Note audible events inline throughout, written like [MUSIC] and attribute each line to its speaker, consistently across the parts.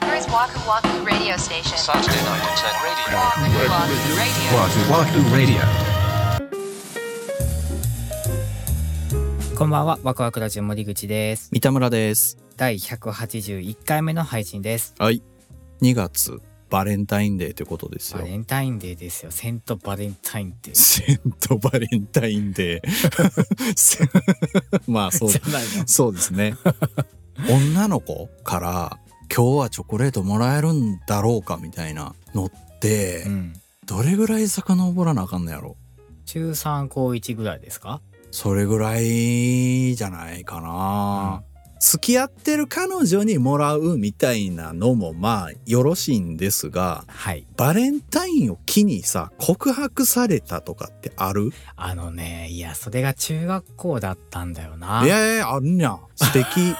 Speaker 1: Waku Waku Radio Station.
Speaker 2: Saturday night at 10 radio.
Speaker 1: Waku Waku Radio.
Speaker 3: Wahoo Wahoo Radio.
Speaker 4: こんばんは、ワクワクラジオ森口です。
Speaker 5: 三田村です。
Speaker 4: 第181回目の配信です。
Speaker 5: はい。2月、バレンタインデーということです
Speaker 4: バ
Speaker 5: よ。
Speaker 4: レンタインデーですよ。セントバレンタインデー。
Speaker 5: セントバレンタインデー。セン
Speaker 4: [LAUGHS]
Speaker 5: [LAUGHS] まあ、そう
Speaker 4: じ、ゃないの
Speaker 5: そうですね。女の子から、今日はチョコレートもらえるんだろうかみたいなのって
Speaker 4: う、ん。
Speaker 5: どれぐらい遡らなあかんのやろ
Speaker 4: 中3高1ぐらいですか
Speaker 5: それぐらいじゃないかな。付き合ってる彼女にもらうみたいなのもまあよろしいんですが、
Speaker 4: はい。
Speaker 5: バレンタインを機にさ告白されたとかってある
Speaker 4: あのね、いや、それが中学校だったんだよな。
Speaker 5: いやいやあんにゃん
Speaker 4: [LAUGHS]
Speaker 5: 素敵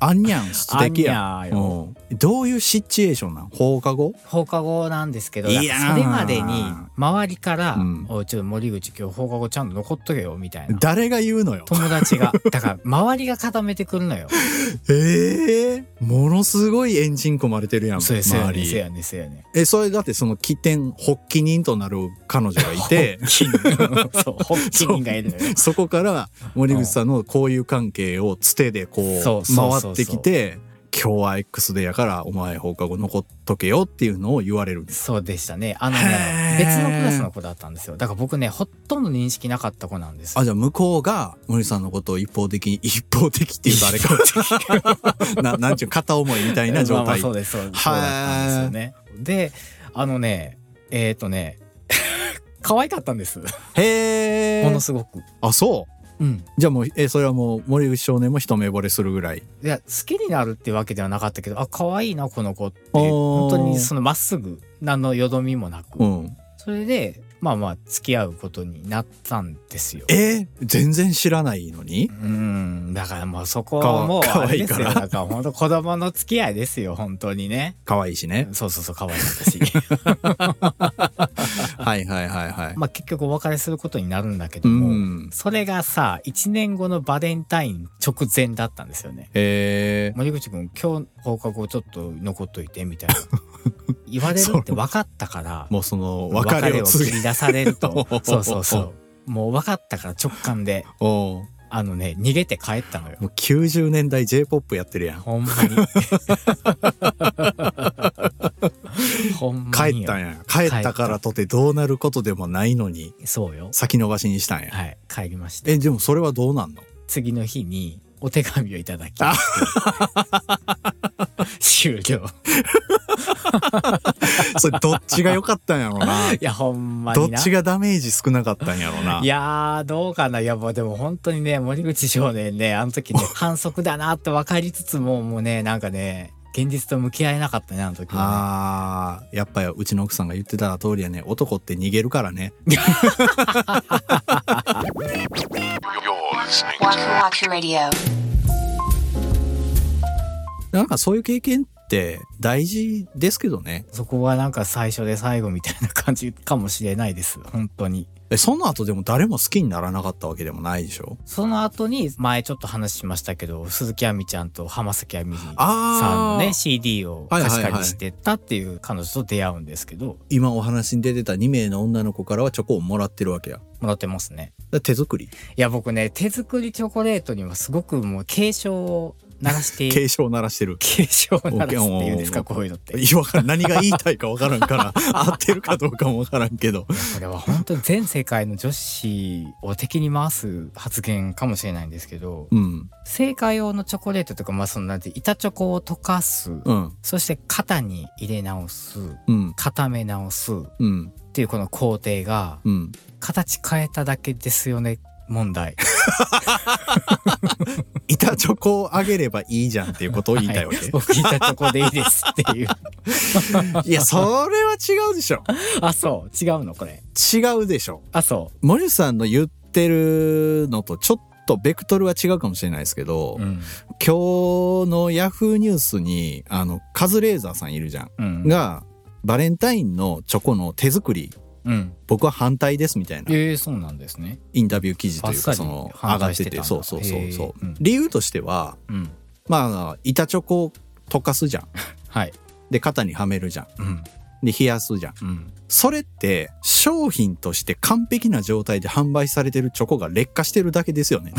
Speaker 5: あんにゃん素
Speaker 4: あん
Speaker 5: 敵
Speaker 4: に
Speaker 5: や
Speaker 4: ゃー
Speaker 5: ん
Speaker 4: よ。
Speaker 5: うんどういうシチュエーションなん放課後
Speaker 4: 放課後なんですけど、
Speaker 5: い
Speaker 4: そ
Speaker 5: やー
Speaker 4: れまでに周りから、
Speaker 5: うん
Speaker 4: おいちょっと森口今日放課後ちゃんと残っとけよ、みたいな。
Speaker 5: 誰が言うのよ
Speaker 4: 友達が。だから、周りが固めてくるの
Speaker 5: [LAUGHS]
Speaker 4: よ。
Speaker 5: ええものすごいエンジン組まれてるやん
Speaker 4: そう
Speaker 5: 周
Speaker 4: やそうやね、そう
Speaker 5: り
Speaker 4: やね、そうやね。
Speaker 5: えそれだってその起点発起人となる彼女がい
Speaker 4: [LAUGHS]
Speaker 5: て [LAUGHS]
Speaker 4: そう、ホッキンがいるのよ。
Speaker 5: そこから森口さんの交友関係をつてでこう
Speaker 4: そうそうそうそう
Speaker 5: 回ってきて今日は X でやからお前放課後残っとけよっていうのを言われるんです
Speaker 4: そうでしたね。あの
Speaker 5: へ
Speaker 4: ね、
Speaker 5: ー
Speaker 4: 別のクラスの子だったんですよ。だから僕ね、ほとんど認識なかった子なんです
Speaker 5: あ。じゃあ向こうが森口さんのことを一方的に [LAUGHS] 一方的っていうとあれか [LAUGHS] ななんちゅう片思いみたいな
Speaker 4: ま
Speaker 5: 状
Speaker 4: あまあ
Speaker 5: 態
Speaker 4: そうです、そうです。そうだったんですよね。で、あのね、えっ、とね、 [LAUGHS] 可愛かったんです。も
Speaker 5: へえ
Speaker 4: のすごく。
Speaker 5: あそう
Speaker 4: うん。
Speaker 5: じゃあもうえそれはもう森口少年も一目惚れするぐらい
Speaker 4: いや、好きになるってわけではなかったけど、あ、可愛いな、この子って。本
Speaker 5: おー
Speaker 4: 当にそのまっすぐ、何のよどみもなく。
Speaker 5: うん
Speaker 4: それで、まあまあ、付き合うことになったんですよ。
Speaker 5: えー全然知らないのに
Speaker 4: うん、だからもうそこ
Speaker 5: か
Speaker 4: はもう
Speaker 5: か
Speaker 4: あ
Speaker 5: わ
Speaker 4: れ
Speaker 5: い
Speaker 4: で
Speaker 5: い
Speaker 4: すよ。
Speaker 5: から
Speaker 4: だから本当子供の付き合いですよ、本当に
Speaker 5: [LAUGHS]
Speaker 4: ね。
Speaker 5: 可愛いしね
Speaker 4: そうそうそう、可愛い私。
Speaker 5: はいはいはいはい
Speaker 4: [LAUGHS] まあ結局お別れすることになるんだけど
Speaker 5: う
Speaker 4: も、
Speaker 5: ん
Speaker 4: それがさ、1年後のバレンタイン直前だったんですよね。
Speaker 5: え
Speaker 4: 森口くん、今日放課後ちょっと残っといて、みたい
Speaker 5: [LAUGHS]
Speaker 4: な。言われるって分かったから
Speaker 5: ー、もうその別
Speaker 4: 別
Speaker 5: れ
Speaker 4: れ
Speaker 5: を
Speaker 4: を
Speaker 5: 告
Speaker 4: 切
Speaker 5: げ
Speaker 4: り出される
Speaker 5: お [LAUGHS]
Speaker 4: と
Speaker 5: ー。
Speaker 4: そうそうそう。もう分かったから直感で、
Speaker 5: おう
Speaker 4: あのね、逃げて帰ったのよ。
Speaker 5: もう90年代 J-POP やってるやん
Speaker 4: ほんまに。 [LAUGHS] ほんまに。
Speaker 5: 帰ったん
Speaker 4: や。
Speaker 5: や帰ったからとてどうなることでもないのに
Speaker 4: そうよ。
Speaker 5: 先延ばしにしたんや
Speaker 4: はい、帰りました。
Speaker 5: えでもそれはどうなんの
Speaker 4: 次の日にお手紙をいただき。 [LAUGHS] 終了。
Speaker 5: [LAUGHS] それどっちが良か [LAUGHS] ったんやろうな
Speaker 4: いや、ほんま
Speaker 5: ど
Speaker 4: に
Speaker 5: っ
Speaker 4: な。
Speaker 5: ちがダメージ少なかったんやろうない
Speaker 4: やー、どうかな。いや、もうでも本当にね、森口少年ね、あの
Speaker 5: [LAUGHS]
Speaker 4: 時ね、反則だなって分かりつつも、もうね、なんかね、現実と向き合えなかったね、あの時はね。
Speaker 5: あーやっぱりうちの奥さんが言ってた通りやね男って逃げるからね [LAUGHS]
Speaker 2: You're listening
Speaker 1: Waku
Speaker 2: to
Speaker 1: Waku Radio.
Speaker 5: なんかそういう経験って大事ですけどね
Speaker 4: そこはなんか最初で最後みたいな感じかもしれないです。本当に。
Speaker 5: えその後でも誰も好きにならなかったわけでもないでしょ
Speaker 4: その後に前ちょっと話しましたけど鈴木亜美ちゃんと浜崎あみさ
Speaker 5: あー
Speaker 4: んのね CD を貸し借りしてったっていう彼女と出会うんですけど
Speaker 5: 今お話に出てた2名の女の子からはチョコをもらってるわけやだか
Speaker 4: もらってますね
Speaker 5: ら手作り
Speaker 4: いや僕ね手作りチョコレートにはすごくもう警鐘を鳴らして
Speaker 5: 警鐘を鳴らしてる
Speaker 4: 警鐘を鳴らすっていうんです
Speaker 5: お
Speaker 4: か
Speaker 5: ー
Speaker 4: こういうのっていや
Speaker 5: いやわからん何が言いたいかわからんから [LAUGHS] 合ってるかどうかもわからんけど
Speaker 4: これは本当に全世界の女子を敵に回す発言かもしれないんですけど
Speaker 5: うん
Speaker 4: 製菓用のチョコレートとかまあそのなんて板チョコを溶かす
Speaker 5: うん
Speaker 4: そして型に入れ直す
Speaker 5: うん
Speaker 4: 固め直すっ
Speaker 5: うん
Speaker 4: ていうこの工程が
Speaker 5: うん
Speaker 4: 形変えただけですよね問題
Speaker 5: 板チョコをあげればいいじゃんっていうことを言いたいわけ、
Speaker 4: は僕板チョコでいいですっていう
Speaker 5: い、やそれは違うでしょ
Speaker 4: [LAUGHS] あそう違うのこれ
Speaker 5: 違うでしょ
Speaker 4: あそ
Speaker 5: 森内さんの言ってるのとちょっとベクトルは違うかもしれないですけど、
Speaker 4: ううん
Speaker 5: 今日のヤフーニュースにあのカズレーザーさんいるじゃん、
Speaker 4: うん
Speaker 5: がバレンタインのチョコの手作り
Speaker 4: うん
Speaker 5: 僕は反対ですみたいな
Speaker 4: ええそうなんですね
Speaker 5: インタビュー記事とい
Speaker 4: あ
Speaker 5: うか
Speaker 4: っさり
Speaker 5: その上
Speaker 4: 反
Speaker 5: がっ
Speaker 4: 対してたん
Speaker 5: てて
Speaker 4: だ
Speaker 5: そうそうそうそう
Speaker 4: へーうん
Speaker 5: 理由としては
Speaker 4: うん
Speaker 5: まあ板チョコを溶かすじゃん
Speaker 4: はい
Speaker 5: で肩にはめるじゃん
Speaker 4: うん
Speaker 5: で冷やすじゃん
Speaker 4: うん
Speaker 5: それって商品として完璧な状態で販売されてるチョコが劣化してるだけですよね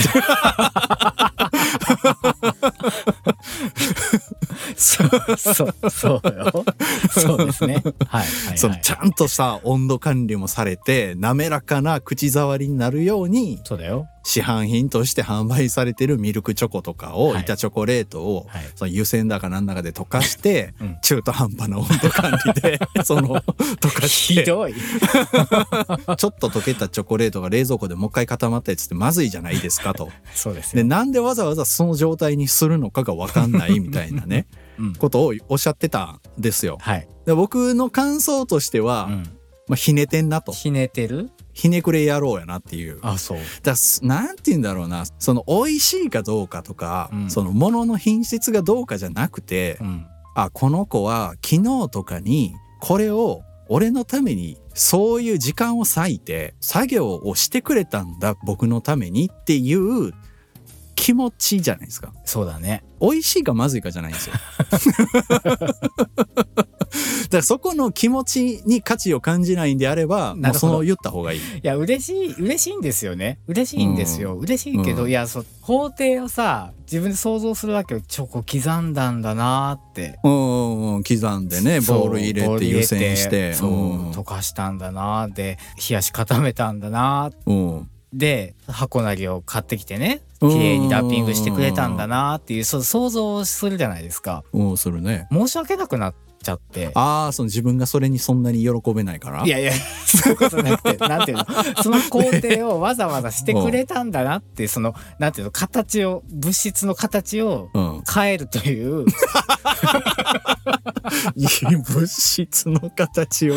Speaker 4: そうそうそう [LAUGHS] よそうですねはいはい、はい、
Speaker 5: そのちゃんとした温度管理もされて滑らかな口触りになるように
Speaker 4: そうだよ
Speaker 5: 市販品として販売されてるミルクチョコとかを
Speaker 4: はい
Speaker 5: 板チョコレートを
Speaker 4: はい
Speaker 5: その湯煎だかなんだかで溶かして
Speaker 4: うん
Speaker 5: 中途半端な温度管理
Speaker 4: [LAUGHS]
Speaker 5: でその溶かし
Speaker 4: ひ
Speaker 5: てちょ
Speaker 4: どい
Speaker 5: っと溶けたチョコレートが冷蔵庫でもう一回固まったやつってまずいじゃないですかと。
Speaker 4: [LAUGHS] そうです
Speaker 5: で
Speaker 4: よ、
Speaker 5: なんでわざわざその状態にするのかがわかんないみたいなね
Speaker 4: [LAUGHS] うん、
Speaker 5: ことをおっしゃってたんですよ。
Speaker 4: はい、
Speaker 5: で僕の感想としては、
Speaker 4: うん、
Speaker 5: まあ、ひねてんなと
Speaker 4: ひねてる
Speaker 5: ひねくれ野郎やなっていう。
Speaker 4: あそう
Speaker 5: だすなんて言うんだろうなその美味しいかどうかとか、
Speaker 4: うん
Speaker 5: そのものの品質がどうかじゃなくて、
Speaker 4: うん
Speaker 5: あこの子は昨日とかにこれを俺のためにそういう時間を割いて作業をしてくれたんだ僕のためにっていう気持ちじゃないですか。
Speaker 4: そうだね
Speaker 5: 美味しいかまずいかじゃないんで
Speaker 4: [LAUGHS]
Speaker 5: すよ。だからそこの気持ちに価値を感じないんであれ
Speaker 4: な
Speaker 5: ば、もう
Speaker 4: るほ
Speaker 5: そ
Speaker 4: ど
Speaker 5: の言った方がいい。
Speaker 4: いや嬉しい嬉しいんですよね嬉しいんですよ、嬉しいけど、
Speaker 5: うん
Speaker 4: いやそう工程をさ自分で想像するわけよチョコ刻んだんだなーって
Speaker 5: うんうんうん、刻んでね、ボール入
Speaker 4: ボ
Speaker 5: れ
Speaker 4: ウル
Speaker 5: て湯煎して。
Speaker 4: そう
Speaker 5: うん
Speaker 4: 溶かしたんだなーで冷やし固めたんだなー
Speaker 5: うん。
Speaker 4: で箱なりを買ってきてね
Speaker 5: う
Speaker 4: 綺
Speaker 5: ん
Speaker 4: 麗にラッピングしてくれたんだなーっていうそう想像をするじゃないですか
Speaker 5: うん、するね。
Speaker 4: 申し訳なくなっちゃって
Speaker 5: ああ、その自分がそれにそんなに喜べないから。
Speaker 4: いやいや、 [LAUGHS] そういうことなくて、なんて [LAUGHS] いうの、その工程をわざわざしてくれたんだなって、その、なんていうの、形を、物質の形を
Speaker 5: うん。 [LAUGHS]
Speaker 4: 変えると [LAUGHS] いう、
Speaker 5: いい物質の形を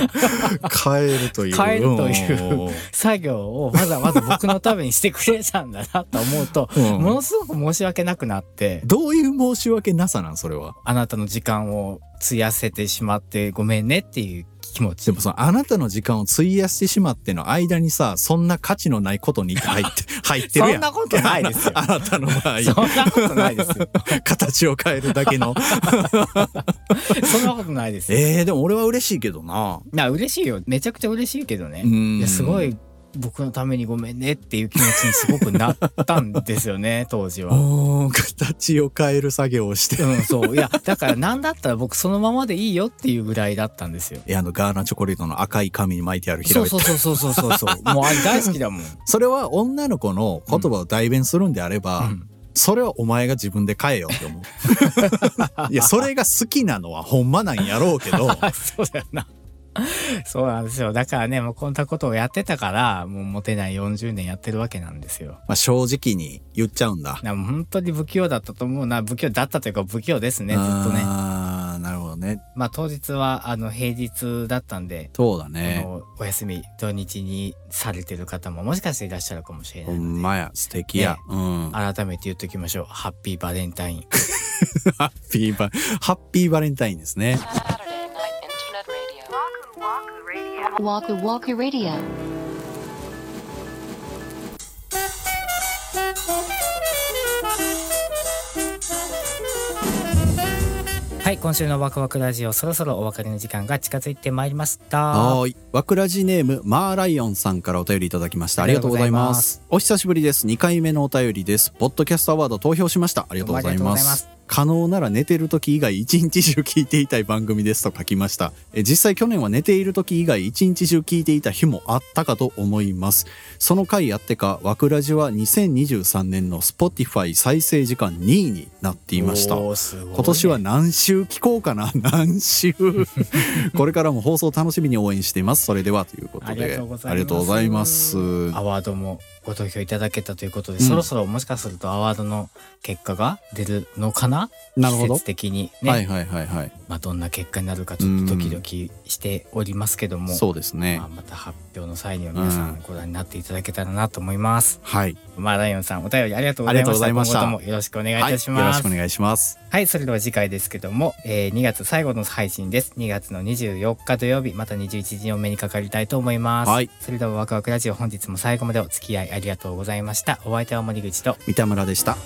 Speaker 5: 変えるという。
Speaker 4: 変えるとい
Speaker 5: うん
Speaker 4: う。作業をわざわざ僕のためにしてくれたんだなと思うと、
Speaker 5: うん
Speaker 4: ものすごく申し訳なくなって、
Speaker 5: どういう申し訳なさなん、それは。
Speaker 4: あなたの時間を費やせてしまってごめんねっていう気持
Speaker 5: で
Speaker 4: ち。
Speaker 5: もそのあなたの時間を費やしてしまっての間にさ、そんな価値のないことに
Speaker 4: [LAUGHS]
Speaker 5: 入って、入ってるやん。
Speaker 4: そんなことないですよ
Speaker 5: あなたの場
Speaker 4: そ
Speaker 5: 合、
Speaker 4: んなことないですよ。
Speaker 5: 形を変えるだけの。
Speaker 4: [LAUGHS] そんなことないですよ。
Speaker 5: えー、でも俺は嬉しいけどな。
Speaker 4: な、嬉しいよ。めちゃくちゃ嬉しいけどね。
Speaker 5: うん
Speaker 4: いやすご。い僕のためにごめんねっていう気持ちにすごくなったんですよね [LAUGHS] 当時は。
Speaker 5: おー形を変える作業をして。
Speaker 4: うん、そういやだから何だったら僕そのままでいいよっていうぐらいだったんですよ。
Speaker 5: いや、あの、ガーナチョコレートの赤い紙に巻いてある
Speaker 4: そう
Speaker 5: 平べった
Speaker 4: そ
Speaker 5: いう
Speaker 4: そうそうそうそうそう
Speaker 5: [LAUGHS]
Speaker 4: もうあれ大好きだもん。
Speaker 5: それは女の子の言葉を代弁するんであれば、
Speaker 4: うん
Speaker 5: それはお前が自分で変えよって思
Speaker 4: [LAUGHS]
Speaker 5: う。いや、それが好きなのはほんまなんやろうけど、
Speaker 4: あそうだよな。そうなんですよだからねもうこんなことをやってたからもうモテない40年やってるわけなんですよ。
Speaker 5: まあ正直に言っちゃうんだ。
Speaker 4: なもう本当に不器用だったと思うな不器用だったというか不器用ですねずっとね。
Speaker 5: ああ、なるほどね。
Speaker 4: まあ当日はあの平日だったんで
Speaker 5: そうだ
Speaker 4: あ
Speaker 5: ね。
Speaker 4: のお休み土日にされてる方ももしかしていらっしゃるかもしれな
Speaker 5: ほ
Speaker 4: いので、
Speaker 5: んまや、素敵や
Speaker 4: ね。
Speaker 5: うん。ハ
Speaker 4: 改めて言っときましょうハッピーバレンタイン
Speaker 5: ッピーバ、ハッピーバレンタインですね。
Speaker 1: Saturday Night Internet Radio. Waku Waku Radio. Waku Waku Radio.
Speaker 4: はい今週のワクワクラジオそろそろお別れの時間が近づいてまいりました
Speaker 5: はーい。わくらじネーム、マーライオンさんからお便りいただきました。ありがとうございます。お久しぶりです。2回目のお便りです。ポッドキャストアワード投票しました。ありがとうござい
Speaker 4: どうもあ
Speaker 5: ま。
Speaker 4: りがとうございます
Speaker 5: 可能なら寝てる時以外一日中聞いていたい番組ですと書きました。え実際去年は寝ている時以外一日中聞いていた日もあったかと思います。その回あってか、わくらじは2023年の Spotify 再生時間2位になっていました。
Speaker 4: おーすごいね
Speaker 5: 今年は何週聞こう
Speaker 4: [LAUGHS]
Speaker 5: かな何週 [LAUGHS] これからも放送楽しみに応援していますそれではということで
Speaker 4: ありがとうございます
Speaker 5: ありがとうございます
Speaker 4: アワードもご投票いただけたということで、
Speaker 5: うん
Speaker 4: そろそろもしかするとアワードの結果が出るのかな
Speaker 5: なるほど
Speaker 4: 季節的にね、
Speaker 5: はいはいはいはい
Speaker 4: まあ、どんな結果になるかちょっとドキドキしておりますけども、
Speaker 5: そうですね
Speaker 4: まあ、また発表の際には皆さ
Speaker 5: うん
Speaker 4: んご覧になっていただけたらなと思います、
Speaker 5: はい、
Speaker 4: マーライオンさんお便りありがとうございました
Speaker 5: ありがとうございました
Speaker 4: 今後ともよろしくお願いい
Speaker 5: はい、よ
Speaker 4: た
Speaker 5: ろ
Speaker 4: しま
Speaker 5: し
Speaker 4: す
Speaker 5: く
Speaker 4: は
Speaker 5: お
Speaker 4: い、
Speaker 5: 願いします
Speaker 4: それでは次回ですけども、えー2月最後の配信です2月の24日土曜日また21時にお目にかかりたいと思います、
Speaker 5: はい
Speaker 4: それではワクワクラジオ本日も最後までお付き合いありがとうございましたお相手は森口と
Speaker 5: 三田村でした